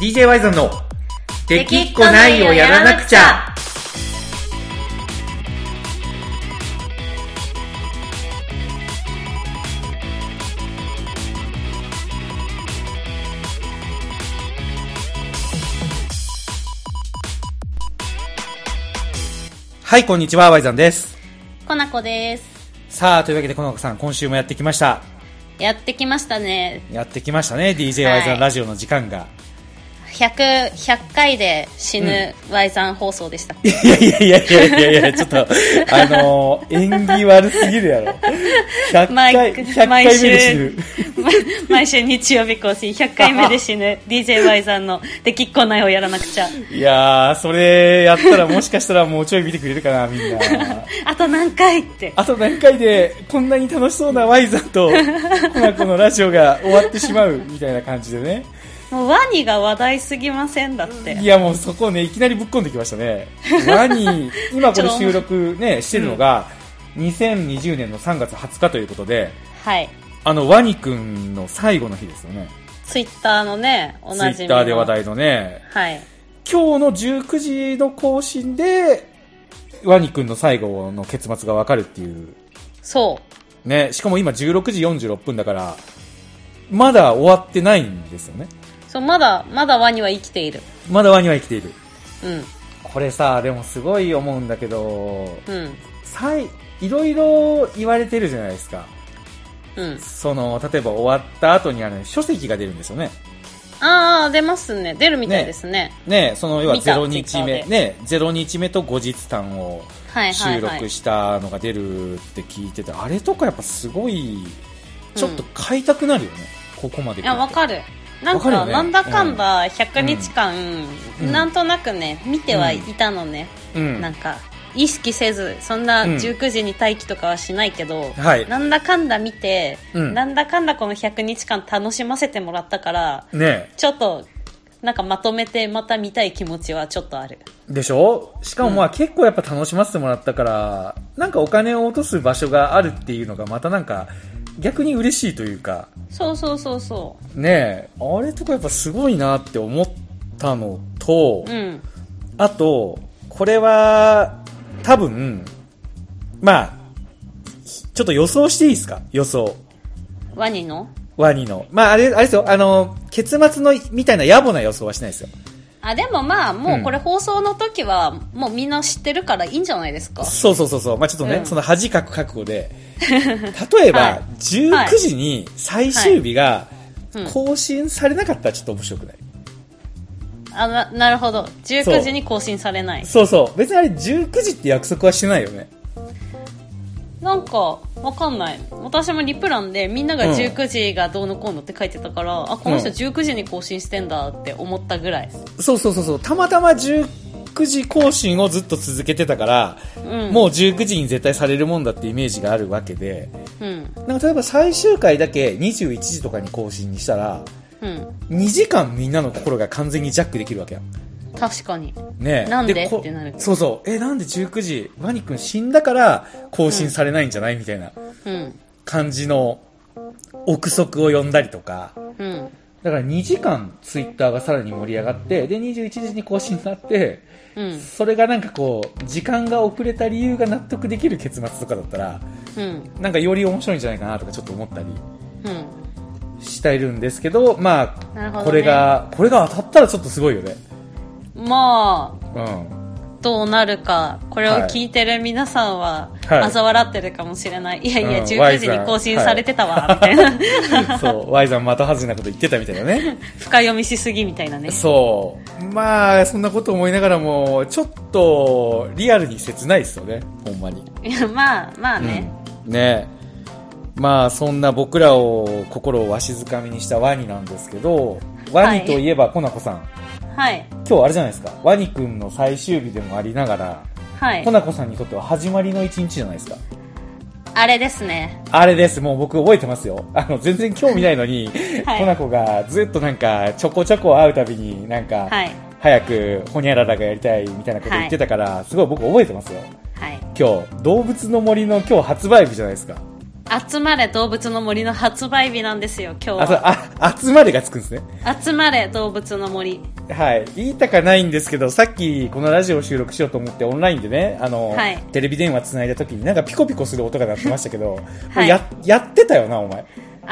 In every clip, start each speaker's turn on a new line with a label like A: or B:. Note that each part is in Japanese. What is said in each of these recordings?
A: DJ ワイゾンの「できっこないをやらなくちゃ」はいこんにちはワイザンです
B: コナコです
A: さあというわけでこの子さん今週もやってきました
B: やってきましたね
A: やってきましたね DJ
B: は
A: ワ
B: い
A: イザンラジオの時間が、
B: 100, 100回で死ぬ Y さん放送でした、
A: い、やいやいやいやいやいやちょっとあのー、演技悪すぎるやろ100
B: 毎
A: 回100回目
B: 毎週
A: で死ぬ
B: 毎週日曜日更新100回目で死 ぬ d j y さんの「できっこないをやらなくちゃ
A: いやーそれやったらもしかしたらもうちょい見てくれるかなみんな」
B: あと何回って
A: あと何回でこんなに楽しそうなワイザンとコナコのラジオが終わってしまうみたいな感じでね
B: もうワニが話題すぎませんだって
A: いやもうそこねいきなりぶっ込んできましたねワニ今これ収録ねしてるのが2020年の3月20日ということで
B: はい
A: あのワニくんの最後の日ですよね
B: ツイッターのねお
A: ツイ
B: なじみ
A: ッ
B: の
A: ターで話題のね
B: はい
A: 今日の19時の更新でワニくんの最後の結末がわかるっていう
B: そう
A: ねしかも今16時46分だからまだ終わってないんですよね
B: そうまだまだワニは生きている
A: まだワニは生きている
B: うん
A: これさでもすごい思うんだけど
B: うん
A: さいいろいろ言われてるじゃないですか
B: うん
A: その例えば終わった後にあの書籍が出るんですよね
B: ああ出ますね出るみたいですね
A: ねその要は
B: 見た
A: 0日目
B: Twitter で
A: ね0日目と後日談を
B: はいは
A: 収
B: いはい
A: 録したのが出るって聞いてて、あれとかやっぱすごいちょっと買いたくなるよね、ここまで
B: いや、わか
A: る
B: る。なん
A: わかる
B: か、
A: よね
B: なんだかんだ100日間、
A: うん
B: なんとなくね、見てはいたのね。
A: うん
B: なんか、意識せず、そんな
A: うん
B: 19時に待機とかはしないけど、
A: はい
B: なんだかんだ見て、
A: うん
B: なんだかんだこの100日間楽しませてもらったから、
A: ね
B: ちょっと、なんかまとめてまた見たい気持ちはちょっとある。
A: でしょしかもまあ結構やっぱ楽しませてもらったから、なんかお金を落とす場所があるっていうのがまたなんか逆に嬉しいというか、
B: そうそうそうそ
A: ねえ、あれとかやっぱすごいなって思ったのと、
B: う。うん。
A: あと、これは多分、まあ、ひちょっと予想していいですか予想。
B: ワニの
A: ワニの。まああれ、あれですよ、あの、結末のみたいな野暮な予想はしないですよ。
B: あ、でもまあ、もうこれ
A: うん
B: 放送の時は、もうみんな知ってるからいいんじゃないですか。
A: そうそうそうそう。まあちょっとね、
B: うん
A: その恥かく覚悟 で。例えば、
B: はい
A: 19時に最終日が
B: はいうん
A: 更新されなかったらちょっと面白くない、
B: あななるほど
A: そう
B: 19時に更新されない
A: そうそう。別にあれ19時って約束はしてないよね。
B: なんかわかんない私もリプランでみんなが
A: うん
B: 19時がどうのこうのって書いてたから、あこの人
A: うん
B: 19時に更新してんだって思ったぐらい、
A: そうそうそうそう。たまたま19時更新をずっと続けてたから、
B: うん、
A: もう19時に絶対されるもんだってイメージがあるわけで、
B: ううん
A: なんか例えば最終回だけ21時とかに更新にしたら、
B: うん
A: 2時間みんなの心が完全にジャックできるわけやん。
B: 確かに
A: ねえ
B: なんで
A: こ
B: ってなる
A: そうそうえなんで19時ワニ君死んだから更新されないんじゃない、みたいな
B: うん
A: 感じの憶測を呼んだりとか
B: うん
A: だから2時間ツイッターがさらに盛り上がってで21時に更新になって、
B: うん
A: それがなんかこう時間が遅れた理由が納得できる結末とかだったら
B: うん
A: なんかより面白いんじゃないかなとかちょっと思ったり
B: うん
A: しているんですけどまあ
B: なるほどね
A: これがこれが当たったらちょっとすごいよね
B: まあ
A: うん
B: どうなるかこれを
A: はい
B: 聞いてる皆さんは
A: はい
B: 嘲笑ってるかもしれない、い、やいや
A: うん
B: 19時に更新されてたわ、みたい な
A: そうワイザンまたはずれなこと言ってたみたいなね
B: 深読みしすぎみたいなね
A: そう。まあ、そんなこと思いながらも、ちょっと、リアルに切ないですよね。ほんまに。
B: いやまあまあね、
A: うんねまあ、そんな僕らを、心をわしづかみにしたワニなんですけど、ワニといえば、コナコさん。
B: はい
A: 今日あれじゃないですか。ワニくんの最終日でもありながら、
B: はい
A: コナコさんにとっては始まりの一日じゃないですか。
B: あれですね。
A: あれです。もう僕覚えてますよ。あの、全然興味ないのに、
B: はい
A: コナコがずっとなんか、ちょこちょこ会うたびに、なんか、
B: はい。
A: 早くホニャララがやりたいみたいなこと言ってたから、すごい僕覚えてますよ
B: はい。
A: 今日動物の森の今日発売日じゃないですか
B: 集まれ動物の森の発売日なんですよ、今日
A: あ、そう、
B: は。
A: あ、集まれがつくんですね。
B: 集まれ動物の森。
A: はい。言いたかないんですけど、さっきこのラジオを収録しようと思ってオンラインでね、あの、
B: はい
A: テレビ電話つないだ時になんかピコピコする音が鳴ってましたけど、も
B: は
A: う
B: い
A: や、やってたよな、お前。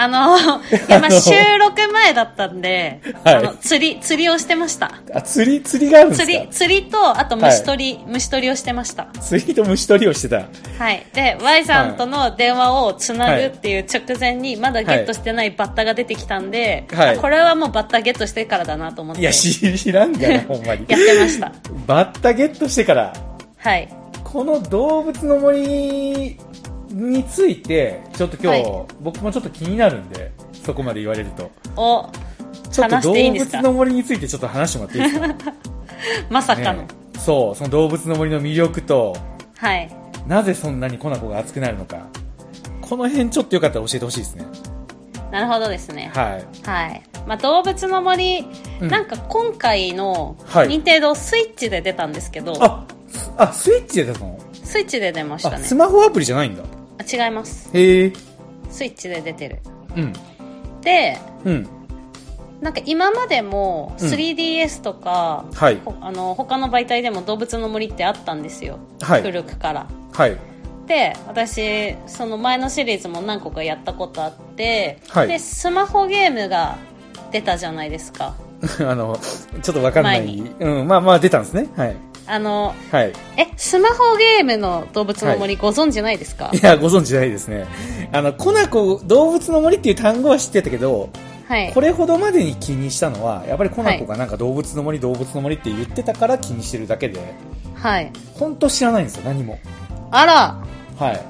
B: あ の、いや、
A: あ
B: まあ、
A: の
B: 収録前だったんで、
A: はい
B: あの、釣り、釣りをしてました。
A: あ、釣り、釣りがあるんです
B: 釣
A: か
B: り、釣りと、あと虫取り、虫取りをしてました。
A: 釣りと虫取りをしてた。
B: はい。で、Y さんとの電話をつなぐっていう直前に、まだゲットしてないバッタが出てきたんで、
A: はい
B: あこれはもうバッタゲットしてからだなと思って、
A: いや、知らんがな、ほんまに。
B: やってました。
A: バッタゲットしてから、
B: はい。
A: この動物の森について、ちょっと今日、
B: は
A: 僕もちょっと気になるんで、そこまで言われると。
B: お、
A: ちょっと
B: 話し
A: 動
B: ていいんですか
A: 物の森についてちょっと話してもらっていい ですか
B: まさかの。
A: ねそう、その動物の森の魅力と、
B: はい。
A: なぜそんなにコナコが熱くなるのか。この辺ちょっとよかったら教えてほしいですね。
B: なるほどですね。
A: はい。
B: はい。まあ、動物の森、
A: うん
B: なんか今回の、
A: はい
B: 任天堂スイッチで出たんですけど、
A: あ、すあ、スイッチで出たの
B: スイッチで出ました
A: あ、
B: ね
A: ス。マホアプリじゃないんだ。
B: あ違います。
A: へえ。
B: スイッチで出てる。
A: うん。
B: で、
A: うん。
B: なんか今までも
A: うん
B: 3DS とか、
A: はい
B: ほあの他の媒体でも動物の森ってあったんですよ、
A: はい
B: 古くから。
A: はい。
B: で私その前のシリーズも何個かやったことあって、
A: はい
B: でスマホゲームが出たじゃないですか
A: あの、ちょっとわかんない。
B: 前に
A: うん、まあまあ出たんですね。はい。
B: あの
A: はい。
B: えスマホゲームの動物の森ご存知ないですか
A: いや、ご存知ないですね。あの、コナコ、動物の森っていう単語は知ってたけど、
B: はい
A: これほどまでに気にしたのは、やっぱりコナコ
B: は
A: がなんか動物の森、動物の森って言ってたから気にしてるだけで、
B: はい
A: ほんと知らないんですよ、何も。
B: あら
A: はい。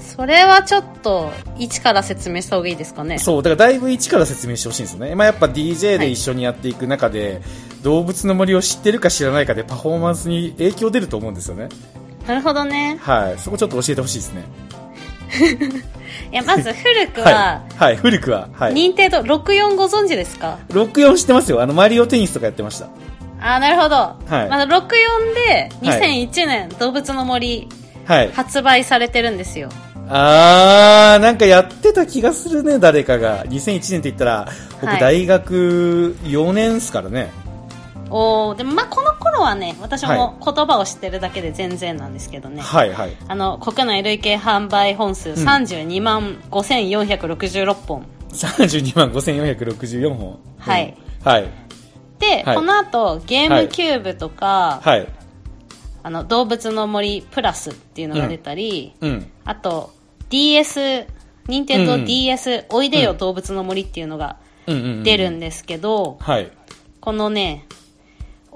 B: それはちょっと一から説明した方がいいですかね
A: そう、だからだいぶ一から説明してほしいんですよね。まあやっぱ DJ で一緒にやっていく中で、動物の森を知ってるか知らないかでパフォーマンスに影響出ると思うんですよね。
B: なるほどね
A: はい。そこちょっと教えてほしいですね。
B: いやまず古くは
A: はい。はい、古くは。はい。
B: 任天堂64ご存知ですか
A: 64知ってますよ。あの、マリオテニスとかやってました。
B: あーなるほど、
A: はい
B: まだ64で
A: はい
B: 2001年「動物の森
A: はい」。
B: 発売されてるんですよ
A: あー、なんかやってた気がするね、誰かが。2001年って言ったら、僕
B: はい
A: 大学4年っすからね。
B: おーでもまあこの頃はね私
A: はい
B: も言葉を知ってるだけで全然なんですけどね、
A: はい、はい。
B: あの国内累計販売本数32万5466本、
A: 32万5464本。
B: はい
A: うん。はい。
B: で、
A: はい
B: この後ゲームキューブとか、
A: はい。
B: あの動物の森プラスっていうのが出たり、
A: うん。
B: あと DS 任天
A: う
B: 堂
A: ん
B: DS おいで
A: う
B: よ
A: ん
B: 動物の森っていうのが
A: うんうん、うん。
B: 出るんですけど、
A: はい。
B: このね、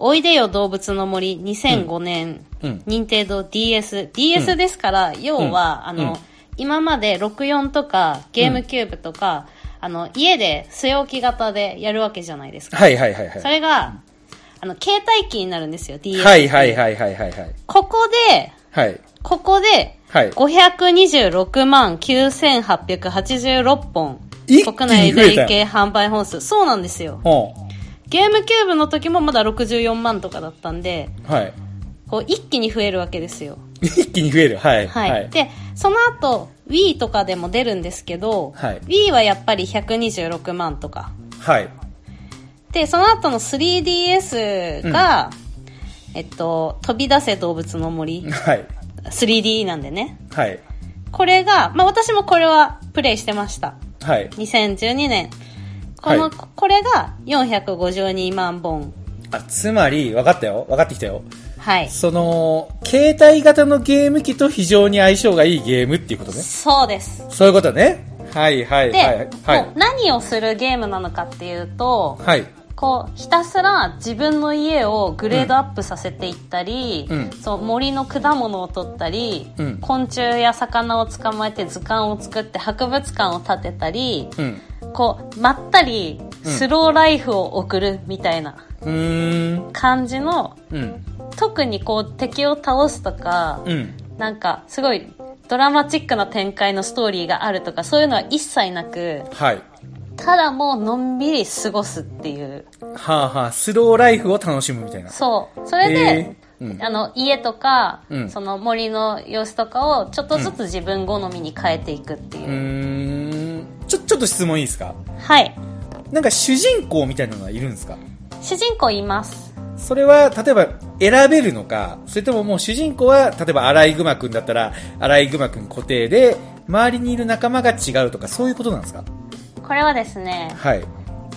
B: おいでよ動物の森2005年、
A: うん
B: 任天堂 DS。DS ですから、要は、
A: うん
B: あ
A: うん
B: の、今まで64とかゲームキューブとか、あの、家で据え置き型でやるわけじゃないですか。
A: はい、はい、はい、はい。
B: それが、あの、携帯機になるんですよ、DS。
A: はい、はい、はい、はい、はい、はい。
B: ここで、
A: はい。
B: ここで、
A: はい
B: 526万9886本。
A: 一気に増えた
B: 国内累計販売本数。そうなんですよ。
A: ほ
B: ゲームキューブの時もまだ64万とかだったんで、
A: う。はい。
B: こう一気に増えるわけですよ。
A: 一気に増える。はい。
B: はい。で、その後、Wii とかでも出るんですけど、
A: はい
B: Wii はやっぱり126万とか。
A: はい。
B: で、その後の 3DS が、えっと、飛び出せ動物の森、
A: はい。
B: 3D なんでね。
A: はい。
B: これが、まあ私もこれはプレイしてました。
A: はい。
B: 2012年。この、
A: はい
B: これが452万本。
A: あ、つまり、分かったよ。分かってきたよ。
B: はい。
A: その、携帯型のゲーム機と非常に相性がいいゲームっていうことね。
B: そうです。
A: そういうことね。はいはい
B: で、
A: はい。はい
B: もう。何をするゲームなのかっていうと、
A: はい。
B: こうひたすら自分の家をグレードアップさせていったり、
A: うん
B: その森の果物を取ったり、
A: うん
B: 昆虫や魚を捕まえて図鑑を作って博物館を建てたり、
A: うん。
B: こうまったり
A: うん
B: スローライフを送るみたいな
A: うーん。
B: 感じの
A: うん。
B: 特にこう敵を倒すとか、
A: うん。
B: なんかすごいドラマチックな展開のストーリーがあるとかそういうのは一切なく
A: はい。
B: ただもうのんびり過ごすっていう
A: はあはあ、スローライフを楽しむみたいな。
B: そうそれで、
A: えうん
B: あの家とか、
A: うん
B: その森の様子とかをちょっとずつ自分好みに変えていくっていうう、
A: ーんちょちょっと質問いいですか
B: はい
A: なんか主人公みたいなのはいるんですか
B: 主人公います
A: それは例えば選べるのかそれとももう主人公は例えばアライグマくんだったらアライグマくん固定で周りにいる仲間が違うとかそういうことなんですか
B: これはですね
A: はい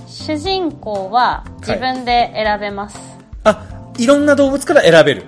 B: 主人公は自分で選べます、
A: あいろんな動物から選べる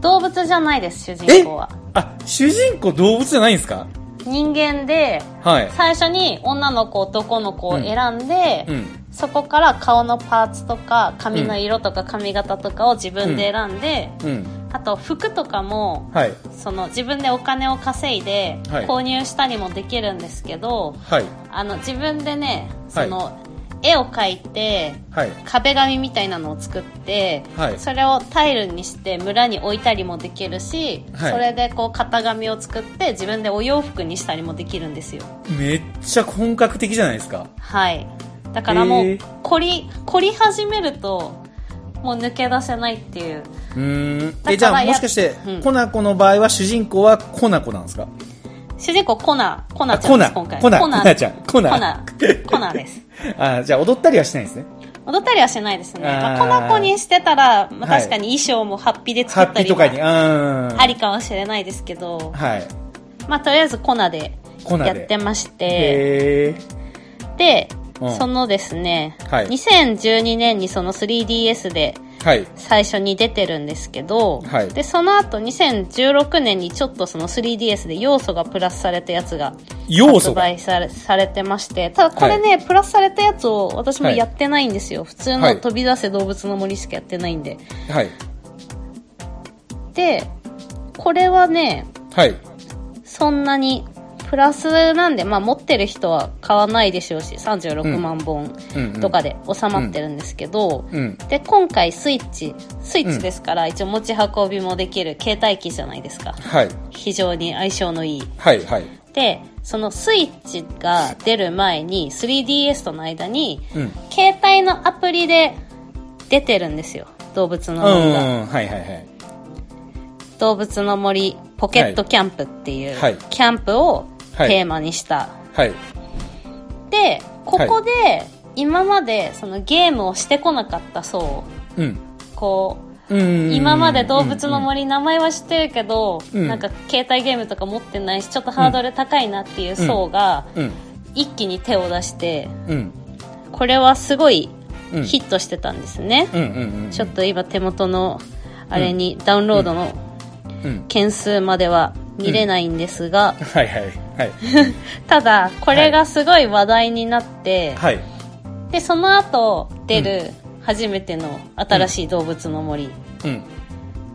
B: 動物じゃないです主
A: え
B: 人公は
A: あ主人公動物じゃないんですか
B: 人間で
A: はい
B: 最初に女の子男の子を選んで、
A: うん
B: そこから顔のパーツとか髪の色とか髪型とかを自分で選んで、
A: うん
B: あと服とかも
A: はい
B: その自分でお金を稼いで
A: はい
B: 購入したりもできるんですけど、
A: はい
B: あの自分でね
A: は
B: そ
A: い
B: の、絵を描いて
A: はい
B: 壁紙みたいなのを作って、
A: はい
B: それをタイルにして村に置いたりもできるし、
A: はい
B: それでこう型紙を作って自分でお洋服にしたりもできるんですよ
A: めっちゃ本格的じゃないですか
B: はいだから
A: へ
B: もう
A: え
B: 凝り凝り始めるともう抜け出せないっていう
A: うーん
B: から
A: えじゃあもしかして、
B: うん
A: コナコの場合は主人公はコナコなんですか
B: 主人公コナコナちゃ
A: コ
B: んで
A: ナ
B: す今回
A: コナ
B: コ
A: コ
B: ナ
A: ナちゃんコナ
B: コナコ ナです
A: あじゃあ踊ったりはしないんですね
B: 踊ったりはしないですね、ま
A: あ
B: あ、
A: ー
B: コナコにしてたら、まあ、
A: はい
B: 確かに衣装もハッピーで
A: ハ
B: 作っ
A: ッピ
B: た
A: ー
B: り
A: と
B: は
A: かにあ
B: ありかもしれないですけど、
A: はい
B: まあ、とりあえずコナで
A: コナ
B: や
A: で
B: ってまして
A: へえ
B: で、
A: うん
B: そのですね、
A: はい
B: 2012年にその 3DS で
A: はい
B: 最初に出てるんですけど、
A: はい
B: でその後2016年にちょっとその 3DS で要素がプラスされたやつが
A: 要素
B: 発
A: が
B: 売されされてましてただこれね、プラスされたやつを私もやってないんですよ、普通
A: は
B: の
A: い
B: 飛び出せ動物の森しかやってないんで、
A: はい
B: でこれはね
A: はい
B: そんなにプラスなんで、まあ、持ってる人は買わないでしょうし36万本
A: うんうん
B: とかで収まってるんですけど、
A: うん
B: で今回スイッチスイッチですから、一応持ち運びもできる携帯機じゃないですか
A: はい
B: 非常に相性のいい
A: はいはい
B: でそのスイッチが出る前に 3DS との間に、
A: うんうん
B: 携帯のアプリで出てるんですよ動物の
A: う
B: 森
A: ん
B: が、
A: はいはいはい
B: 動物の森ポケットキャンプっていう、
A: はい
B: キャンプを
A: はい
B: テーマにした、
A: はい
B: でここで、今までそのゲームをしてこなかった層
A: うん
B: こ
A: う
B: うん今まで動物の森名前は知ってるけど、
A: うん
B: なんか携帯ゲームとか持ってないしちょっとハードル高いなっていう層が
A: うん
B: 一気に手を出して
A: うん
B: これはすごい
A: うん
B: ヒットしてたんですね、
A: うんうんうん
B: ちょっと今手元のあれにダウンロードの
A: うん
B: 件数までは見れないんですが、
A: はいはいはい
B: ただこれがすごい話題になって、
A: はい
B: でその後出る初めての新しい動物の森、
A: うん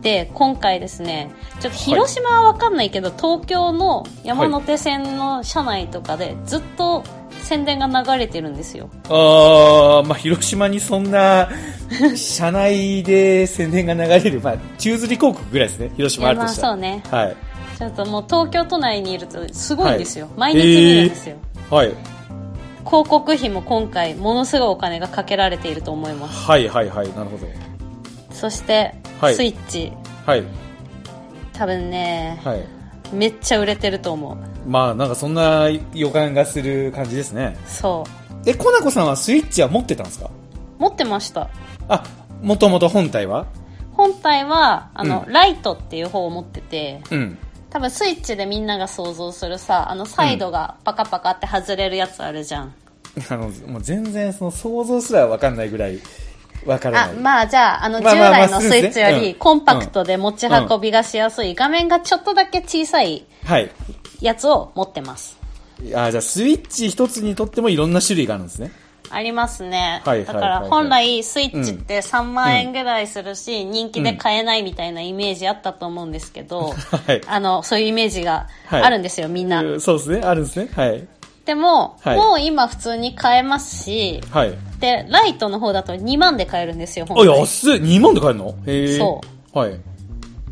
B: で今回ですねちょっと広島は分かんないけど、東京の山手線の車内とかでずっと宣伝が流れてるんですよ
A: あーまあ広島にそん な車内で宣伝が流れるまあ宙吊り広告ぐらいですね広
B: い
A: 島あ
B: や
A: ると
B: まあ
A: したら
B: そうね
A: はい
B: ちょっともう東京都内にいるとすごいんですよ、毎日
A: へ
B: 見
A: ー
B: るんですよ、
A: はい
B: 広告費も今回ものすごいお金がかけられていると思います
A: はいはいはいなるほど
B: そして、
A: はい
B: スイッチ
A: はい
B: 多分ね、
A: はい
B: めっちゃ売れてると思う
A: まあなんかそんな予感がする感じですね
B: そ
A: えコナコさんはスイッチは持ってたんですか
B: う持ってました
A: あもともと本体は
B: 本体はあの、
A: う
B: ライトっていう方を持ってて
A: うん
B: 多分スイッチでみんなが想像するさあのサイドがパカパカって外れるやつあるじゃん、
A: あのもう全然その想像すらわかんないぐらいわから
B: あ
A: ない
B: まあじゃああの従
A: まあまあまあ
B: 来のスイッチ
A: そ
B: よ
A: うです
B: り
A: ねうん
B: コンパクトで持ち運びがしやすい画面がちょっとだけ小さい
A: はい
B: やつを持ってます
A: あじゃあスイッチ一つにとってもいろんな種類があるんですね
B: ありますね、
A: はいはい
B: だ
A: はい
B: か
A: はい
B: ら本来スイッチって3万円ぐらいするし、人気で買えないみたいなイメージあったと思うんですけど、
A: はい
B: あのそういうイメージがあるんですよ、みんな
A: うんそうですねあるんですねはい
B: でも、
A: はい
B: もう今普通に買えますし
A: はい
B: でライトの方だと2万で買えるんですよ
A: あ
B: 本当に
A: 安い2万で買えるのへえ
B: そう
A: はい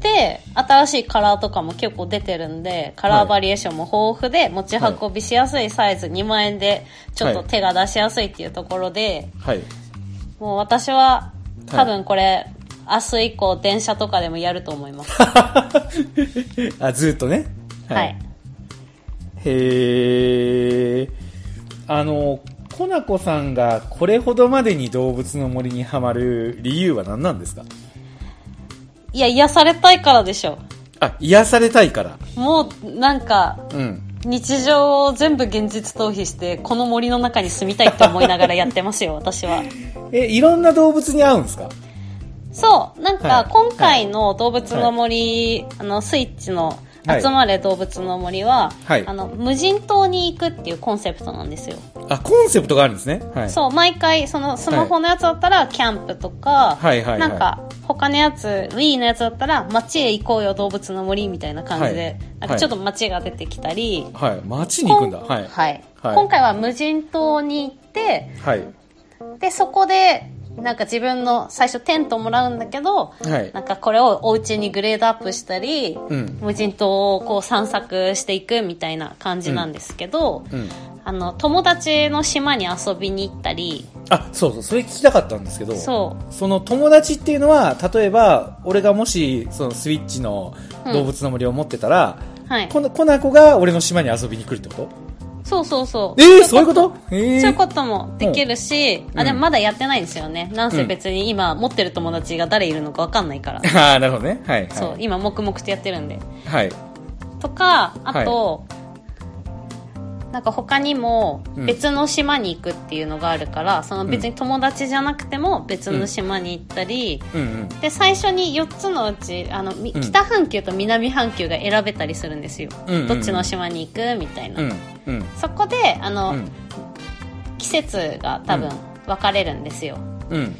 B: で新しいカラーとかも結構出てるんでカラーバリエーションも豊富で持ち運びしやすいサイズ2万円でちょっと 手が出しやすいっていうところで、
A: はい
B: もう私は多分これ、明日以降電車とかでもやると思います。
A: あ、ずーっとね。
B: はい。
A: へえ。あの、コナコさんがこれほどまでに動物の森にはまる理由は何なんですか
B: いや、癒されたいからでしょ。
A: あ、癒されたいから。
B: もう、なんか、
A: うん。
B: 日常を全部現実逃避して、この森の中に住みたいって思いながらやって ますよ、私は。
A: え、いろんな動物に会うんですか
B: そう、なん
A: は
B: か
A: い
B: 今回の動物の森、あのスイッチの
A: はい
B: 集まれ動物の森は、
A: はい
B: あの無人島に行くっていうコンセプトなんですよ。
A: あ、コンセプトがあるんですね。はい。
B: そう、毎回そのスマホのやつだったらキャンプとか、
A: はいはいはい
B: なんか他のやつ、Wii のやつだったら街へ行こうよ動物の森みたいな感じで、
A: はい
B: なんかちょっと街が出てきたり、
A: はい。街に行くんだ。
B: こ
A: はい。
B: はい
A: はい
B: 今回は無人島に行って、
A: はい。
B: でそこでなんか自分の最初テントもらうんだけど、
A: はい
B: なんかこれをお家にグレードアップしたり、
A: うん
B: 無人島をこう散策していくみたいな感じなんですけど、
A: うん。
B: あの友達の島に遊びに行ったり
A: あ、そうそう、それ聞きたかったんですけど。
B: そ
A: その友達っていうのは、例えば、俺がもし、そのスイッチの動物の森を持ってたら、
B: う、はい、
A: このコナコが俺の島に遊びに来るってこと
B: そうそうそう
A: えー、そういうことえ
B: そういう
A: ー、
B: こともできるし、
A: ん
B: あでもまだやってないんですよねなん
A: う
B: せ
A: ん
B: 別に今持ってる友達が誰いるのか分かんないから、
A: ああ、なるほどね。はい、はい。
B: そう今黙々とやってるんで
A: はい。
B: とかあと、なんか他にも
A: うん
B: 別の島に行くっていうのがあるから、その別に友達じゃなくても別の島に行ったり、
A: うんうん。
B: で最初に4つのうちあの、み
A: うん
B: 北半球と南半球が選べたりするんですよ、
A: うんうんうん
B: どっちの島に行くみたいな、
A: うん。うん。
B: そこであの、
A: うん。
B: 季節が多分
A: うん
B: 分かれるんですよ
A: うん。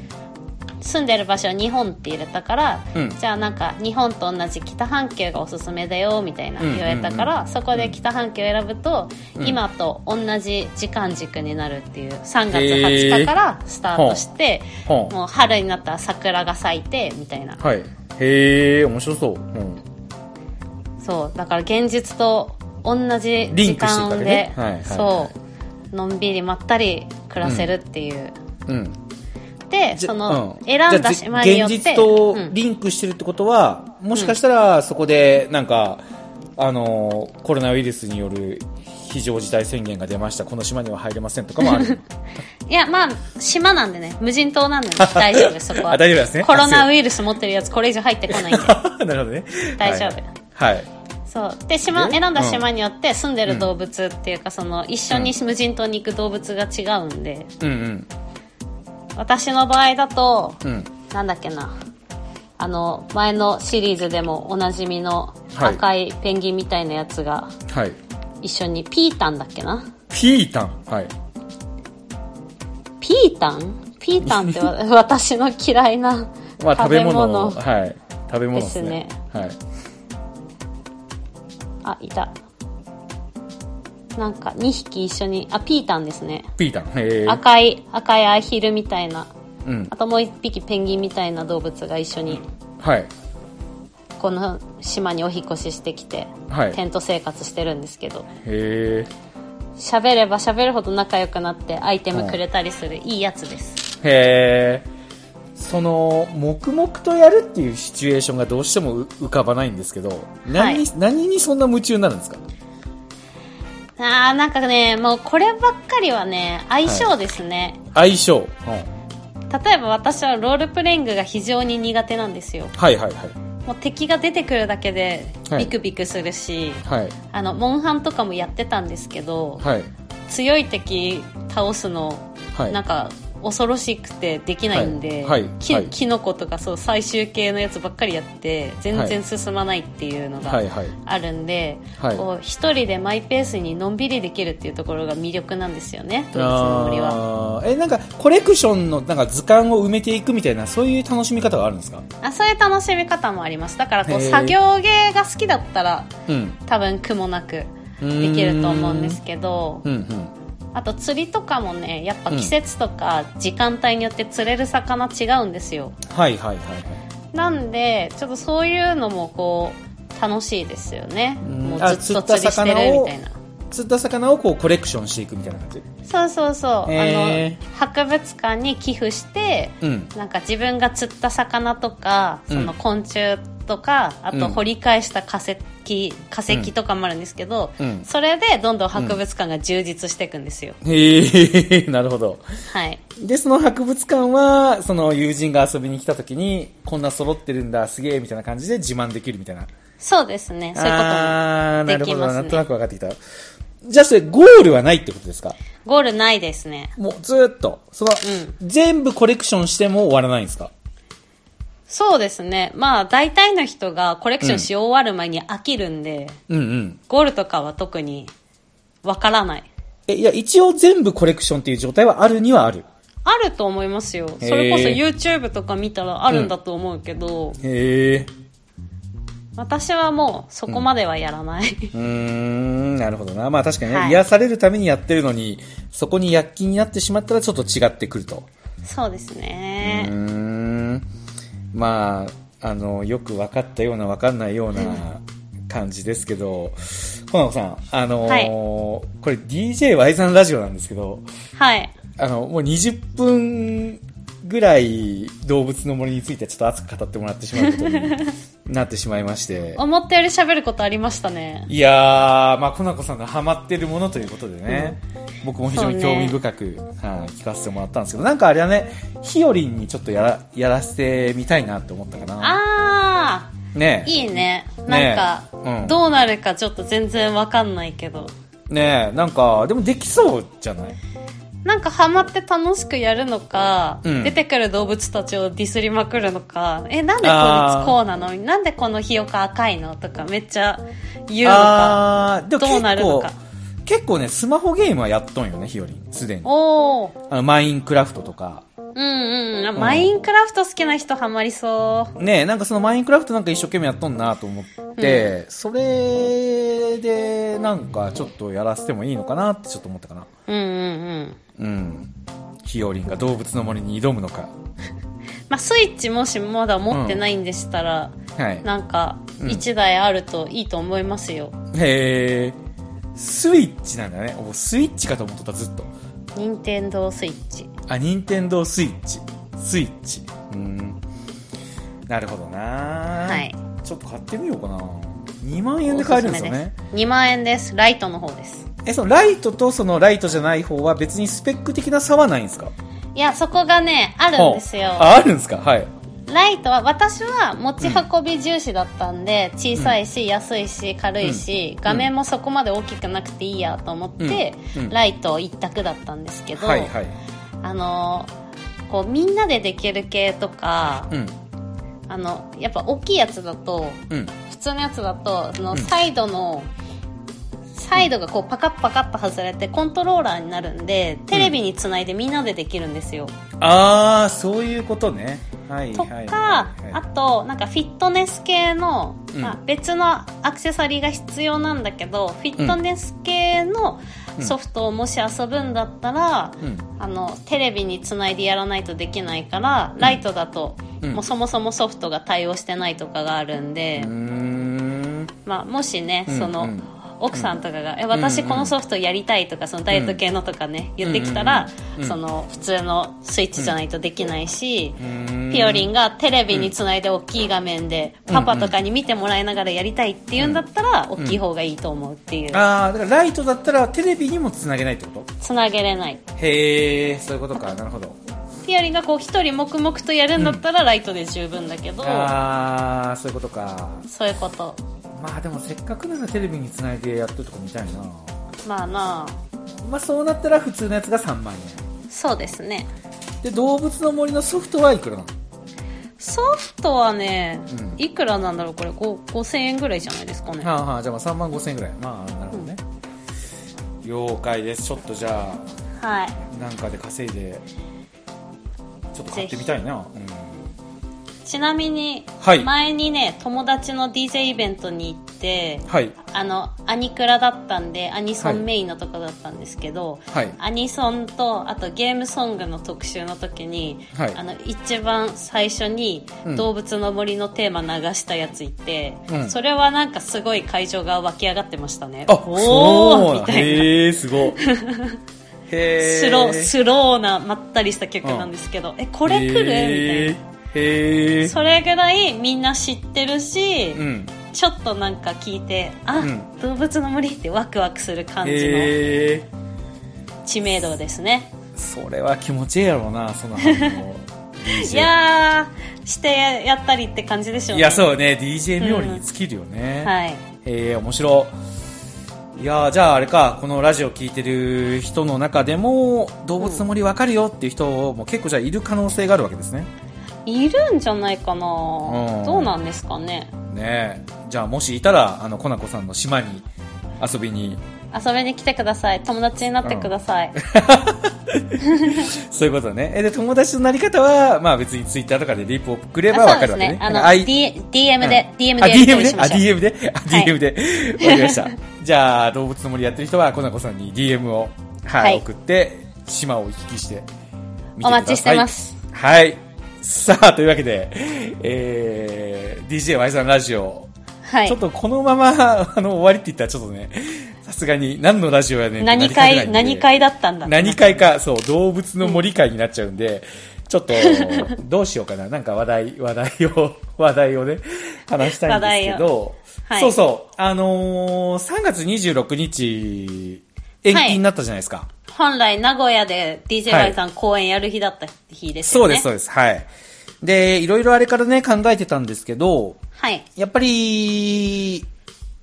B: 住んでる場所は日本って入れたから、
A: うん
B: じゃあなんか日本と同じ北半球がおすすめだよみたいな
A: うんうんうん
B: 言われたから、そこで北半球を選ぶと、
A: うん
B: 今と同じ時間軸になるっていう3月
A: へー
B: 20日からスタートして、
A: ほん。
B: もう春になったら桜が咲いてみたいな
A: はい。へえ、面白そう。うん。
B: そうだから現実と同じ
A: リンクして
B: 時
A: いくわ
B: 間
A: け
B: で、
A: ねはいはい
B: そうのんびりまったり暮らせるっていう、
A: うん。
B: で
A: じゃ
B: その、
A: うん
B: 選んだ
A: じゃあ
B: 島によって
A: 現実と
B: うん
A: リンクしてるってことは、もしかしたらそこでなんか、あのーコロナウイルスによる非常事態宣言が出ましたこの島には入れませんとかもあ る
B: いや、まあ、島なんでね、無人 島なんで、ね、大丈夫です、そこは。
A: あ大丈夫なんですね
B: コロナウイルス持ってるやつ、これ以上入ってこないん で。
A: なるほどね
B: 大丈夫
A: はい、はい
B: そう。で、島、
A: え
B: 選んだ島によって住んでる動物っていうか、その、一緒に無人島に行く動物が違うんで、
A: うんうん
B: 私の場合だと、
A: うん
B: なんだっけな、あの、前のシリーズでもおなじみの
A: はい
B: 赤いペンギンみたいなやつが
A: はい
B: 一緒に、ピータンだっけな
A: ピータンはい
B: ピータンピータンってわ私の嫌いな
A: まあ食
B: 食
A: べ
B: べ
A: 物
B: 物。
A: はい食べ物ですね
B: です
A: はい
B: あ、いた。なんか2匹一緒に、あ、ピータンですね。
A: ピータンへえ
B: 赤い、赤いアヒルみたいな。
A: うん
B: あともう1匹ペンギンみたいな動物が一緒に、
A: はい
B: この島にお引越ししてきて、
A: はい
B: テ
A: へ
B: ント生活してるんですけど、
A: え
B: 喋れば喋るほど仲良くなってアイテムくれたりする、いいやつです。
A: へえその黙々とやるっていうシチュエーションがどうしてもう浮かばないんですけど何に,、何にそんな夢中になるんですか
B: あー、なんかね、もうこればっかりはね、相性ですね。
A: 相性、うん
B: 例えば私はロールプレイングが非常に苦手なんですよ。
A: はいはいは
B: もう敵が出てくるだけで
A: はい
B: ビクビクするし、
A: いはい
B: あのモンハンとかもやってたんですけど、
A: はい
B: 強い敵倒すの、
A: はい
B: なんか恐ろしくてできないんで、
A: はいはい
B: き
A: はい
B: キノコとかそう最終形のやつばっかりやって全然進まないっていうの
A: は
B: が
A: いはい
B: あるんで、
A: はい
B: こう一人でマイペースにのんびりできるっていうところが魅力なんですよねドイツの森は
A: あーえなんかコレクションのなんか図鑑を埋めていくみたいなそういう楽しみ方があるんですか
B: あそういう楽しみ方もありますだからこう
A: へー
B: 作業芸が好きだったら
A: うん
B: 多分苦もなくできると思うんですけど
A: うんうん
B: あと釣りとかもねやっぱ季節とか時間帯によって釣れる魚違うんですよ
A: はいはいはいはい
B: なんでちょっとそういうのもこう楽しいですよね
A: うん
B: もう
A: あ
B: ずっと釣りしてるみたいな
A: 釣った魚をこうコレクションしていくみたいな感じ
B: そうそうそう、
A: へー
B: あの博物館に寄付して、
A: うん
B: なんか自分が釣った魚とかその
A: うん
B: 昆虫とか、あ
A: う
B: と
A: ん
B: 掘り返した化石化石とかもあるんですけど、
A: うん
B: それでどんどん博物館が充実していくんですよ、
A: へえ なるほど
B: はい
A: でその博物館はその友人が遊びに来た時にこんな揃ってるんだすげえみたいな感じで自慢できるみたいな
B: そうですねそういうこ
A: あ
B: と
A: ーな
B: も
A: る
B: で
A: ほ
B: き
A: ど
B: ま
A: な
B: す
A: んとな
B: ね
A: く分かってきたじゃあそれゴールはないってことですか
B: ゴールないですね
A: もうずーっとその、全部コレクションしても終わらないんですか
B: そうですねまあ大体の人がコレクションし終わる前に飽きるんで、
A: うんうん
B: ゴールとかは特にわからない
A: えいや一応全部コレクションっていう状態はあるにはある
B: あると思いますよ。
A: へー
B: それこそ YouTube とか見たらあるんだと思うけど、
A: へえ
B: 私はもうそこまではやらない。
A: うーんなるほどなまあ確かにね、
B: はい
A: 癒されるためにやってるのにそこに躍起になってしまったらちょっと違ってくると
B: そうです
A: うー
B: ね。
A: んまああのよく分かったような分かんないような感じですけど小野さんあのー
B: はい
A: これ DJY さんラジオなんですけど
B: はい。
A: あの、もう20分ぐらい動物の森についてちょっと熱く語ってもらってしまうことになってしまいま して。
B: 思ったより喋ることありましたね。
A: いやー、まあ、コナコさんのハマってるものということでね、僕も非常に興味深く、はい、聞かせてもらったんですけど、なんかあれはね、ヒヨリンにちょっとやら、やらせてみたいなって思ったかな。
B: あ
A: ね
B: ー、
A: え
B: いいね。なんか、
A: ねうん
B: どうなるかちょっと全然わかんないけど。
A: ねえなんか、でもできそうじゃない
B: なんかハマって楽しくやるのか、
A: うん
B: 出てくる動物たちをディスりまくるのか、え、なんで
A: あ
B: こ
A: ー
B: いつこうなのなんでこのひよか赤いのとかめっちゃ言うのか。
A: あーでも結構
B: どうなるのか
A: 結構ね、スマホゲームはやっとんよね、ヒヨリン、すでに。
B: おー。
A: あのマインクラフトとか。
B: うんうんあ。マインクラフト好きな人ハマりそう。
A: ねえ、なんかそのマインクラフトなんか一生懸命やっとんなと思って、それでなんかちょっとやらせてもいいのかなってちょっと思ったかな。
B: うんうんうん。
A: うん。ヒオリンが動物の森に挑むのか。
B: まあ、スイッチもしまだ持ってないんでしたら、
A: はい。
B: なんか、
A: ん
B: 一台あるといいと思いますよ。
A: へえ。スイッチなんだね。おスイッチかと思ってた、ずっと。
B: 任天堂スイッチ。
A: あ、ニンテンドースイッチ。スイッチ。うん。なるほどな
B: はい。
A: ちょっと買ってみようかな2万円で買えるんですよね。
B: 2万円です。ライトの方です。
A: え、そのライトとそのライトじゃない方は別にスペック的な差はないんですか
B: いや、そこがね、あるんですよ。
A: あ、あるんですかはい。
B: ライトは、私は持ち運び重視だったんで、小さいし、安いし、軽いし、画面もそこまで大きくなくていいやと思って、
A: うんうん
B: ライト一択だったんですけど、
A: はいはい。
B: あのーこうみんなでできる系とか、
A: うん。
B: あのやっぱ大きいやつだと
A: うん。
B: 普通のやつだとその
A: ん
B: サイドの、サイドがこうパカッパカッと外れてコントローラーになるんでテレビにつないでみんなでできるんですよ、
A: あー、そういうことね。はい
B: と
A: はい
B: か、
A: はい。
B: あとなんかフィットネス系の、
A: うん
B: まあ別のアクセサリーが必要なんだけどフィットネス系の
A: うん
B: ソフトをもし遊ぶんだったら、
A: うん。
B: あのテレビにつないでやらないとできないからライトだと、
A: うん
B: もうそもそもソフトが対応してないとかがあるんで、
A: うーん。
B: まあ、もしね、
A: うん
B: その、
A: うん
B: 奥さんとかが、え私このソフトやりたいとかそのダイエット系のとかね、言ってきたら、
A: うんうん
B: その普通のスイッチじゃないとできないし、
A: うーん
B: ピオリンがテレビにつないで大きい画面で、パパとかに見てもらいながらやりたいっていうんだったら、大きい方がいいと思うっていう、
A: あー、だからライトだったらテレビにもつなげないってこと
B: つなげれない
A: へー、そういうことか。なるほど。
B: ピオリンがこう一人黙々とやるんだったらライトで十分だけど、
A: あー、そういうことか。
B: そういうこと
A: まあでもせっかくならテレビにつないでやってるとこ見たいな。
B: まあなあ
A: まあそうなったら普通のやつが3万円。
B: そうですね
A: で、動物の森のソフトはいくらなの
B: ソフトはね、
A: うん
B: いくらなんだろうこれ5 5000円ぐらいじゃないですかね
A: はあはあ、じゃあまあ3万5千円ぐらい。まあ、なるほどね。了解です。ちょっとじゃ
B: は
A: あ、
B: い
A: なんかで稼いで、ちょっと買ってみたいな。うん、
B: ちなみに、
A: はい
B: 前にね友達の DJ イベントに行って、
A: はい。
B: あの、アニクラだったんで、アニソンメインのとこだったんですけど、
A: はい。
B: アニソンと、あとゲームソングの特集の時に、
A: はい
B: あの、一番最初に
A: うん
B: 動物の森のテーマ流したやついて、
A: うん
B: それはなんかすごい会場が湧き上がってましたね。
A: あ、
B: おーみ
A: そう
B: たいな。
A: へえ、す ごい。へえ。
B: スロー、スローな、まったりした曲なんですけど、え、これ来るみたい
A: たい
B: な。
A: な。へえ。
B: それぐらいみんな知ってるし、
A: うん。
B: ちょっとなんか聞いてあ、
A: うん
B: 動物の森ってワクワクする感じの
A: へえ。
B: 知名度ですね、
A: それは気持ちいいやろうな、その 反応。DJ
B: いやーしてやったりって感じでしょ
A: い
B: うね
A: や、そうね、DJ 冥利に尽きるよね。
B: はい
A: えー、面白いやーじゃああれかこのラジオ聞いてる人の中でも動物の森わかるよっていう人も結構じゃあいる可能性があるわけですね
B: いるんじゃないかな、
A: ん
B: どうなんですかね
A: ねえじゃあもしいたらあのコナコさんの島に遊びに
B: 遊びに来てください友達になってください、
A: そういうことだねえで友達のなり方はまあ別にツイッターとかでリプを送れば
B: あ
A: わ
B: そう
A: か
B: で
A: るわけね
B: すねあの、
A: なんか
B: D、DM で、DM
A: あ
B: でやり取
A: DM
B: り
A: で
B: し
A: あ
B: ましょう
A: DM であ
B: はい
A: DM でわかり ましたじゃあ動物の森やってる人はコナコさんに DM をはい、
B: はい
A: 送って島を行き来して見
B: お
A: ください
B: 待ちしてます
A: はい。さあ、というわけで、えー、DJY さんラジオ、
B: はい
A: ちょっとこのまま、あの、終わりって言ったらちょっとね、さすがに何のラジオやねんってなり
B: 何
A: かねない
B: 回
A: んで
B: 何回だったんだ
A: 何回か、そう、動物の森会になっちゃうんで、ちょ っと、どうしようかな。なんか話題、話題を、話題をね、話したいんですけ
B: 話題
A: ど、
B: はい
A: そうそう、あのー、3月26日、延期になったじゃないですか。
B: 本来名古屋で DJY さん公演やる日だった日です
A: そ
B: よ
A: う
B: ね、
A: です、そうです。はい。で、いろいろあれからね、考えてたんですけど、
B: はい
A: やっぱり、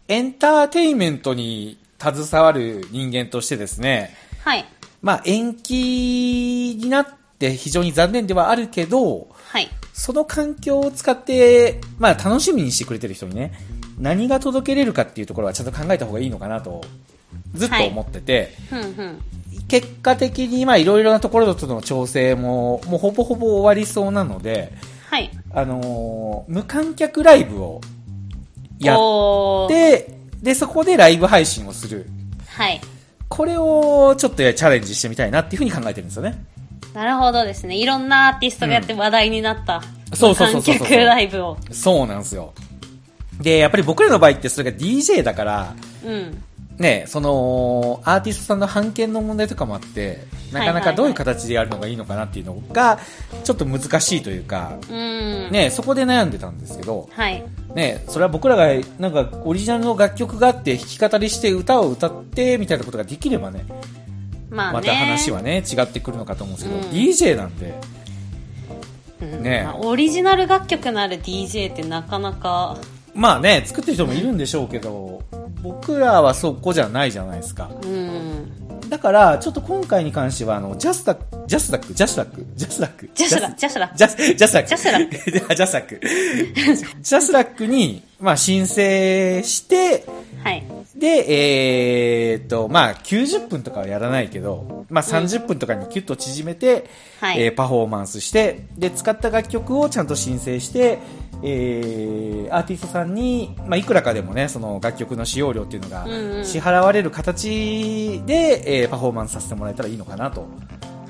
A: エンターテインメントに携わる人間としてですね、
B: はい
A: まあ延期になって非常に残念ではあるけど、
B: はい
A: その環境を使って、まあ楽しみにしてくれてる人にね、何が届けれるかっていうところはちゃんと考えた方がいいのかなと、ずっと思ってて、
B: ふんふん
A: 結果的にまあいろいろなところとの調整も、もうほぼほぼ終わりそうなので、
B: はい
A: あのー無観客ライブをやっ
B: おー
A: て、で、そこでライブ配信をする。
B: はい
A: これをちょっとチャレンジしてみたいなっていうふうに考えてるんですよね。
B: なるほどですねいろんなアーティストがやって話題になった、
A: そうそうそうそうそう
B: 観客ライブを
A: そうなんですよ。で、やっぱり僕らの場合ってそれが DJ だから、
B: うん
A: ね、その、アーティストさんの判権の問題とかもあって、なかなかどういう形でやるのがいいのかなっていうのが、ちょっと難しいというか、
B: うん、
A: ね、そこで悩んでたんですけど、
B: はい
A: ね、それは僕らがなんかオリジナルの楽曲があって弾き語りして歌を歌ってみたいなことができればね
B: まあね
A: また話はね違ってくるのかと思うんですけど、
B: うん
A: DJ なんで
B: うん
A: ね
B: まあオリジナル楽曲のある DJ ってなかなか
A: まあね作ってる人もいるんでしょうけど僕らはそこじゃないじゃないですか
B: うん
A: だからちょっと今回に関してはあのジャスダックジャスダックジャスダックジャスダック
B: ジャスラジャスラ
A: ジャスジャスラック。
B: ジャスラッ
A: ク。ジャスラッ ク。ジャスラックに、まあ、申請して、
B: はい
A: で、えーっと、まあ、90分とかはやらないけど、まあ、30分とかにキュッと縮めて、
B: はい
A: えーパフォーマンスして、で、使った楽曲をちゃんと申請して、えーアーティストさんに、まあ、いくらかでもね、その楽曲の使用料っていうのが
B: うんうん
A: 支払われる形で、えーパフォーマンスさせてもらえたらいいのかなと。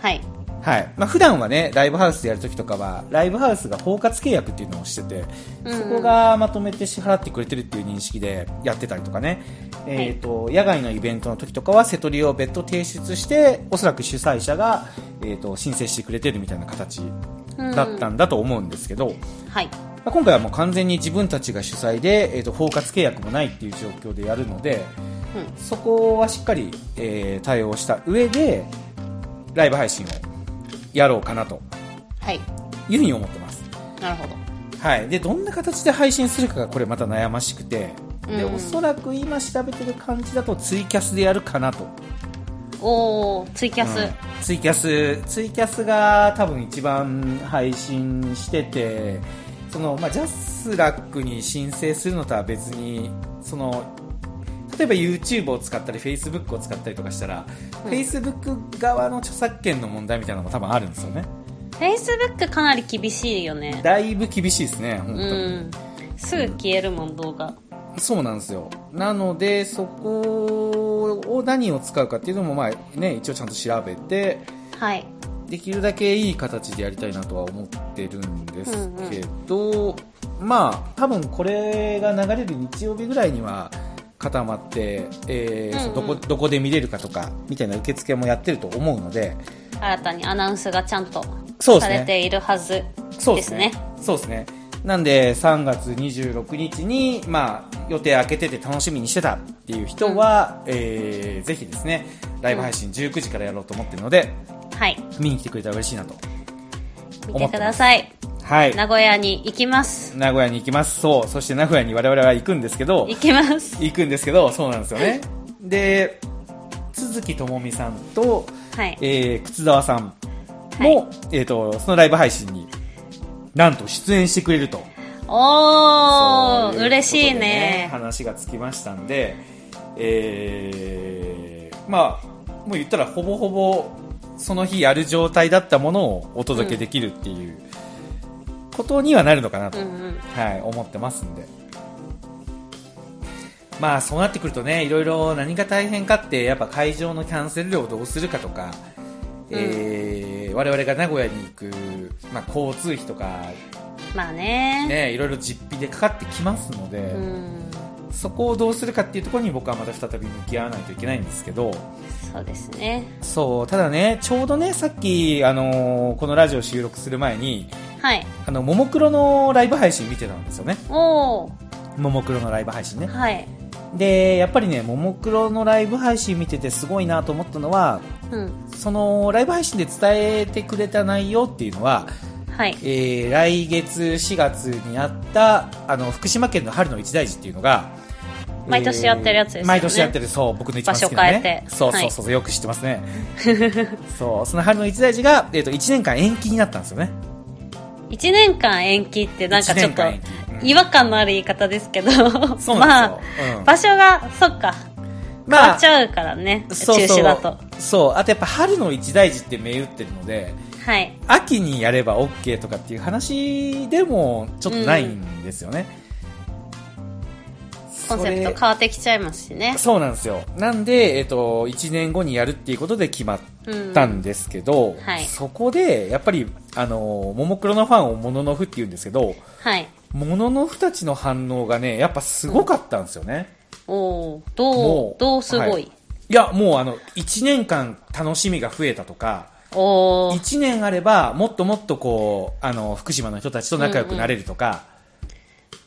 B: はい
A: はい。まあ、普段はね、ライブハウスでやるときとかは、ライブハウスが包括契約っていうのをしてて、
B: うん
A: そこがまとめて支払ってくれてるっていう認識でやってたりとかね。えっ、と、野外のイベントの時とかは、瀬取りを別途提出して、おそらく主催者が、えっ、と、申請してくれてるみたいな形
B: うん
A: だったんだと思うんですけど、
B: はい
A: まあ今回はもう完全に自分たちが主催で、えっ、と、包括契約もないっていう状況でやるので、
B: うん
A: そこはしっかり、えー対応した上で、ライブ配信をやろうかなと
B: はい
A: いうふうに思ってます。
B: なるほど
A: はい。で、どんな形で配信するかがこれまた悩ましくて、で、
B: うん
A: おそらく今調べてる感じだとツイキャスでやるかなと。
B: おおツイキャス、
A: うんツイキャス、ツイキャスが多分一番配信してて、その、まあ、ジャスラックに申請するのとは別に、その、例えば YouTube を使ったり Facebook を使ったりとかしたら、
B: うん
A: Facebook 側の著作権の問題みたいなのも多分あるんですよね。
B: Facebook かなり厳しいよね
A: だいぶ厳しいですね、本当
B: う
A: に。
B: んすぐ消えるもん動画
A: そうなんですよなのでそこを何を使うかっていうのも、まあね、一応ちゃんと調べて
B: はい
A: できるだけいい形でやりたいなとは思ってるんですけど、まあ多分これが流れる日曜日ぐらいには固まって、えー
B: うんうん
A: どこどこで見れるかとかみたいな受付もやってると思うので
B: 新たにアナウンスがちゃんと
A: そうです
B: さ
A: ね
B: れているはず
A: そうで
B: ですすね
A: ね。そうですね。なんで、3月26日に、まあ、予定開けてて楽しみにしてたっていう人は、えー、ぜひですね、ライブ配信19時からやろうと思ってるので、
B: はい
A: 見に来てくれたら嬉しいなと。
B: 見てください
A: はい。
B: 名古屋に行きます
A: 名古屋に行きます。そう。そして名古屋に我々は行くんですけど
B: 行、きます
A: 行くんですけど、そうなんですよね。で、鈴木智美さんと、
B: はい
A: えー、靴沢さんも、えっ、と、そのライブ配信に、なんと出演してくれると。
B: お
A: そう
B: ー
A: う
B: 嬉しい
A: ことで
B: ね
A: 話がつきましたんで、えーまあ、もう言ったらほぼほぼその日やる状態だったものをお届けできるっていうことにはなるのかなと、
B: うんうん
A: はい、思ってますんで。まあそうなってくるとね、いろいろ何が大変かって、やっぱ会場のキャンセル料をどうするかとか、えー我々が名古屋に行く、まあ、交通費とか
B: まあね
A: ね、いろいろ実費でかかってきますので、
B: うん
A: そこをどうするかっていうところに僕はまた再び向き合わないといけないんですけど、
B: そうですね
A: そう、ただね、ちょうどね、さっき、あのーこのラジオ収録する前に、
B: はい
A: あの、ももクロのライブ配信見てたんですよね。
B: おー
A: ももクロのライブ配信ね。
B: はい
A: で、やっぱりね、ももクロのライブ配信見ててすごいなと思ったのは、
B: うん
A: その、ライブ配信で伝えてくれた内容っていうのは、
B: はい
A: えー来月4月にあったあの福島県の春の一大事っていうのが
B: 毎年やってるやつですよね
A: 毎年やってるそう僕の一番好きなね
B: 場所変えて
A: そうそうそう、よく知ってますね そうその春の一大事が、えー、と1年間延期になったんですよね
B: 1年間延期ってなんかちょっと
A: 一年間延期うん
B: 違和感のある言い方ですけど
A: そう
B: ま
A: なん
B: あ
A: ですよ、うん
B: 場所がそっか変わっちゃうからね、
A: そう
B: 中
A: そう
B: 止だと
A: そうあとやっぱ春の一大事って銘打ってるので
B: はい
A: 秋にやれば OK とかっていう話でもちょっとないんですよね、
B: コンセプ
A: そ
B: ト
A: れ
B: 変わってきちゃいますしね
A: そうなんですよ。なんで、えっと、1年後にやるっていうことで決まったんですけど、
B: んはい
A: そこで、やっぱり、あの、ももクロのファンをモノノフって言うんですけど、
B: はい
A: モノノフたちの反応がね、やっぱすごかったんですよね。
B: おーど
A: も
B: うどうすごい、
A: はいいや、もうあの、1年間楽しみが増えたとか、
B: おー
A: 1年あれば、もっともっとこう、あの、福島の人たちと仲良くなれるとか、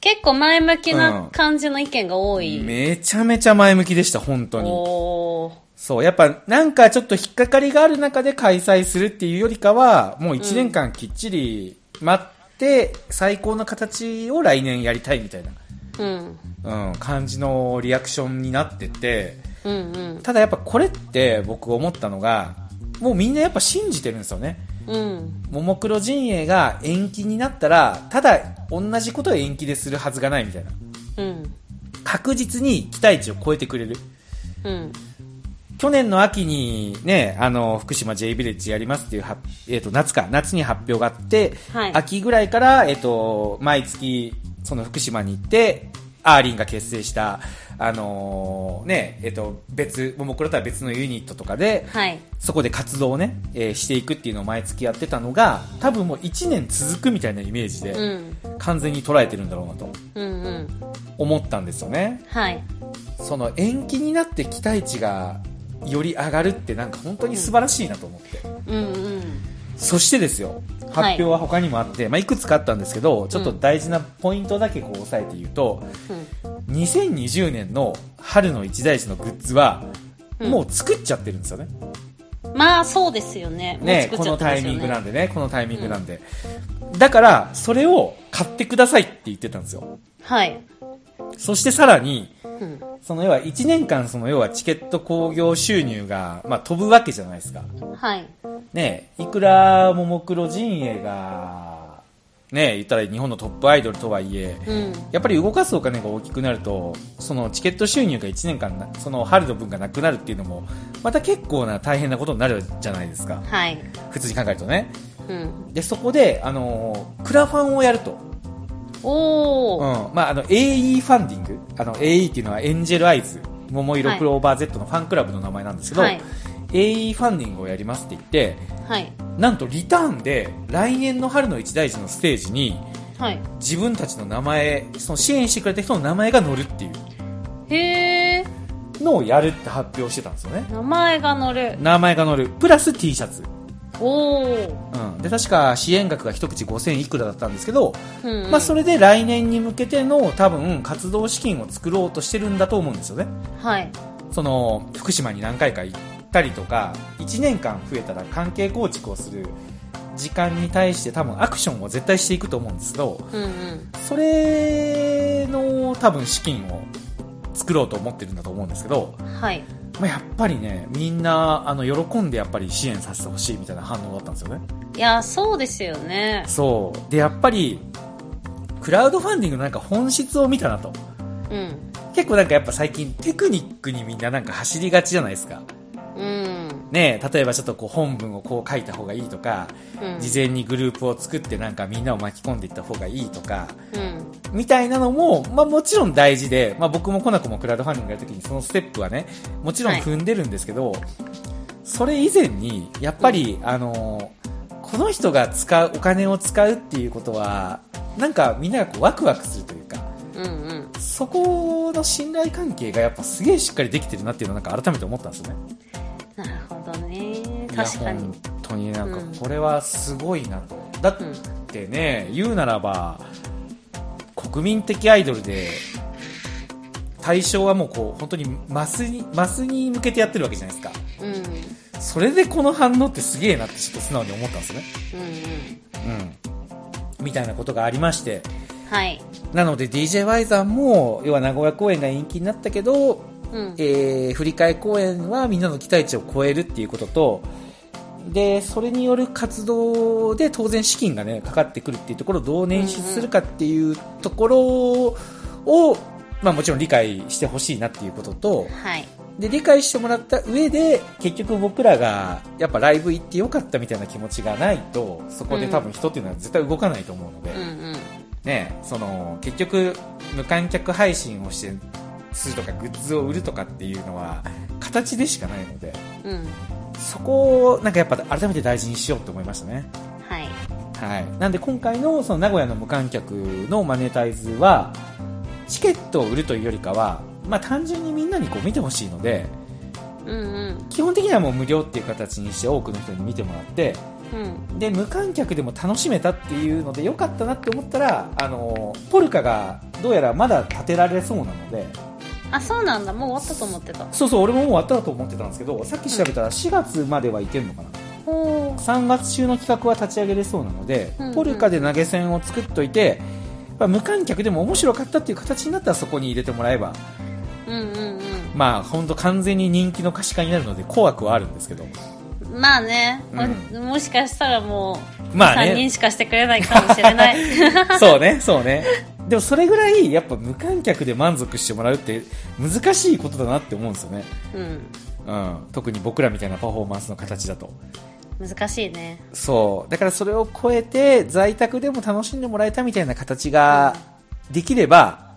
B: 結構前向き
A: うん
B: な感じの意見が多い、
A: めちゃめちゃ前向きでした、本当に。
B: おー
A: そう、やっぱなんかちょっと引っかかりがある中で開催するっていうよりかは、もう1年間きっちり待って、最高の形を来年やりたいみたい
B: うん
A: な、うん、感じのリアクションになってて、
B: うんうん
A: ただやっぱこれって僕思ったのが、もうみんなやっぱ信じてるんですよね。
B: うん
A: ももクロ陣営が延期になったら、ただ同じことを延期でするはずがないみたいな。
B: うん
A: 確実に期待値を超えてくれる。
B: うん
A: 去年の秋にね、あの、福島 J ビレッジやりますっていうは、えっ、と、夏か、夏に発表があって、
B: はい
A: 秋ぐらいから、えっ、と、毎月、その福島に行って、アーリンが結成した、あのーね、えっ、と、別、ももクロとは別のユニットとかで、
B: はい
A: そこで活動をね、えーしていくっていうのを毎月やってたのが、多分もう1年続くみたいなイメージで、
B: うん
A: 完全に捉えてるんだろうなと
B: うんうん
A: 思ったんですよね。
B: はい
A: その延期になって期待値がより上がるってなんか本当に素晴らしいなと思って、
B: うんうん
A: そしてですよ発表は他にもあって、いまあ、いくつかあったんですけどちょっと大事なポイントだけこう押さえて言うと、
B: うん
A: 2020年の春の一大事のグッズは
B: うん
A: もう作っちゃってるんですよね,、
B: まあそうですよね。
A: ね
B: もう
A: こ
B: 作
A: の
B: っちゃ
A: タ
B: って
A: イミング
B: ま
A: な
B: すよね
A: んでねこのタイミングなんで、だからそれを買ってくださいって言ってたんですよ
B: はい。
A: そしてさらに
B: うん。
A: その要は1年間その要はチケット興行収入が、まあ、飛ぶわけじゃないですか
B: はい。
A: ねえいくらももクロ陣営が、ねえ、言ったら日本のトップアイドルとはいえ、
B: うん。
A: やっぱり動かすお金が大きくなると、そのチケット収入が1年間な、その春の分がなくなるっていうのも、また結構な大変なことになるじゃないですか。
B: はい。
A: 普通に考えるとね。
B: うん。
A: で、そこで、あのークラファンをやると。
B: お
A: う
B: お、
A: んまあ、あの AE ファンディングあの AE っていうのはエンジェルアイズ桃色クローバー Z のファンクラブの名前なんですけど、
B: はい
A: AE ファンディングをやりますって言って
B: はい
A: なんとリターンで来年の春の一大事のステージに
B: はい
A: 自分たちの名前その支援してくれた人の名前が載るっていう
B: へえ
A: のをやるって発表してたんですよね
B: 名前が載る
A: 名前が載るプラス T シャツ、
B: おお、
A: うん、で確か支援額が一口5000いくらだったんですけど、
B: うんうん
A: まあ、それで来年に向けての多分活動資金を作ろうとしてるんだと思うんですよね
B: はい
A: その福島に何回か行ったりとか1年間増えたら関係構築をする時間に対して多分アクションを絶対していくと思うんですけど
B: うんうん
A: それの多分資金を作ろうと思ってるんだと思うんですけど、
B: はい
A: まあ、やっぱりねみんなあの喜んでやっぱり支援させてほしいみたいな反応だったんですよね
B: いやそうですよね
A: そうでやっぱりクラウドファンディングのなんか本質を見たなと
B: うん
A: 結構なんかやっぱ最近テクニックにみんななんか走りがちじゃないですか
B: うん
A: ねえ例えばちょっとこう本文をこう書いた方がいいとか
B: うん
A: 事前にグループを作ってなんかみんなを巻き込んでいった方がいいとか
B: うん
A: みたいなのも、まあ、もちろん大事で、まあ、僕もコナコもクラウドファンディングやるときにそのステップはねもちろん踏んでるんですけど、それ以前にやっぱり、あのこの人が使うお金を使うっていうことはなんかみんながこうワクワクするというか
B: うんうん
A: そこの信頼関係がやっぱすげえしっかりできてるなっていうのをなんか改めて思ったんですよね。
B: なるほどね確か
A: いや
B: に
A: 本当になんか
B: うん
A: これはすごいなと、だってね言うならば国民的アイドルで対象はもうこう本当にマスにマスに向けてやってるわけじゃないですか
B: うんうん
A: それでこの反応ってすげえなってちょっと素直に思ったんですね
B: うん
A: うんみたいなことがありまして
B: はい
A: なので DJY さんも要は名古屋公演が延期になったけど
B: うん
A: えー振り替え公演はみんなの期待値を超えるっていうこととでそれによる活動で当然資金が、ね、かかってくるっていうところをどう捻出するかっていうところを、まあ、もちろん理解してほしいなっていうことと
B: はい
A: で理解してもらった上で結局僕らがやっぱライブ行ってよかったみたいな気持ちがないとそこで多分人っていうのは絶対動かないと思うので。
B: うんうん
A: ね、その結局無観客配信をしてするとかグッズを売るとかっていうのは形でしかないので
B: うん
A: そこをなんかやっぱ改めて大事にしようと思いましたね、
B: はい
A: はい、なんで今回のその名古屋の無観客のマネタイズはチケットを売るというよりかは、まあ、単純にみんなにこう見てほしいので
B: うんうん
A: 基本的にはもう無料っていう形にして多くの人に見てもらって
B: うん
A: で無観客でも楽しめたっていうので良かったなって思ったらあのポルカがどうやらまだ建てられそうなので
B: あそうなんだもう終わったと思ってた
A: そうそう俺ももう終わったと思ってたんですけどさっき調べたら4月まではいけるのかな
B: おー
A: 3月中の企画は立ち上げれそうなので、
B: うんうん
A: ポルカで投げ銭を作っといてまあ無観客でも面白かったっていう形になったらそこに入れてもらえば
B: うんうん
A: まあ本当完全に人気の可視化になるので怖くはあるんですけど
B: うんまあね、
A: う
B: ももしかしたらもう、
A: まあね
B: 3人しかしてくれないかもし れない
A: そうね、そうね。でもそれぐらいやっぱ無観客で満足してもらうって難しいことだなって思うんですよね。
B: うん
A: うん。特に僕らみたいなパフォーマンスの形だと。
B: 難しいね
A: そう。だからそれを超えて在宅でも楽しんでもらえたみたいな形ができれば、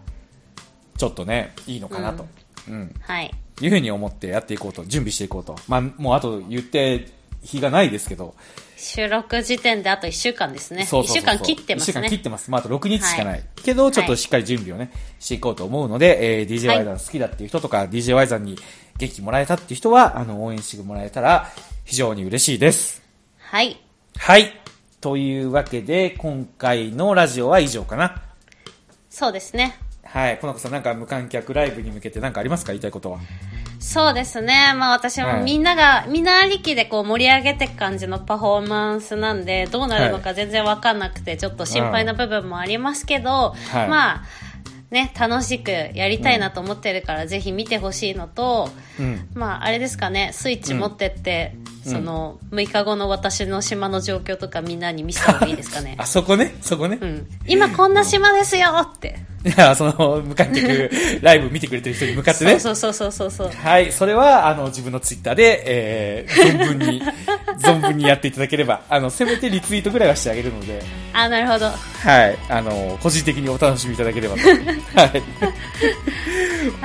A: ちょっとね、いいのかなと。うん。
B: はい
A: いうふうに思ってやっていこうと、準備していこうと。まあ、もうあと言って、日がないですけど、
B: 収録時点であと1週間ですね
A: そうそうそうそう
B: 1週間切ってます
A: 一週間切っ
B: ね
A: てます。まあ、あと6日しかない。
B: はい
A: けど、ちょっとしっかり準備をね、していこうと思うので、えー、
B: は
A: DJY
B: い
A: さん好きだっていう人とか、DJY さんに元気もらえたっていう人は、あの、応援してもらえたら、非常に嬉しいです。
B: はい
A: はい。というわけで、今回のラジオは以上かな。
B: そうですね
A: はい。この子さん、なんか無観客ライブに向けて何かありますか言いたいことは。
B: そうですね。まあ私
A: は
B: も
A: い
B: みんなが、みんなありきでこう盛り上げていく感じのパフォーマンスなんで、どうなるのか全然わかんなくて、ちょっと心配な部分もありますけど、
A: はい
B: まあ、ね、楽しくやりたいなと思ってるから、ぜひ見てほしいのと、
A: うん。
B: まああれですかね、スイッチ持ってって、その6日後の私の島の状況とかみんなに見せた方がいいですか ね
A: あそこねそこね、
B: うん今こんな島ですよって
A: いやその向かってくライブ見てくれてる人に向かってね
B: そうそうそうそうそう
A: はいそれはあの自分のツイッターで、えー、存分に 存分にやっていただければあのせめてリツイートぐらいはしてあげるので
B: あなるほど
A: はいあの個人的にお楽しみいただければと はい
B: なんだよ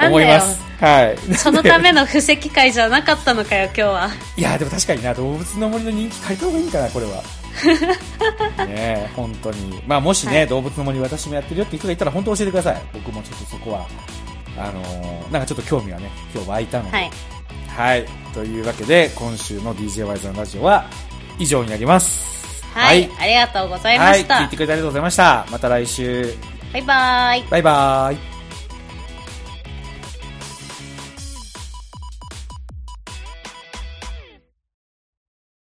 A: 思いますはい
B: そのための布石会じゃなかったのかよ今日はい
A: やでも確かにな動物の森の人気借りた方がいいんかなこれは ねえ本当にまあもしね、
B: はい
A: 動物の森私もやってるよって人がいたら本当教えてください僕もちょっとそこはあのーなんかちょっと興味がね今日湧いたので
B: は
A: はい、
B: い
A: というわけで今週の d j y ザンラジオは以上になります
B: はい、ありがとうございま
A: はい
B: した、
A: 聞いてくれてありがとうございましたまた来週
B: バイバイ
A: バイバイ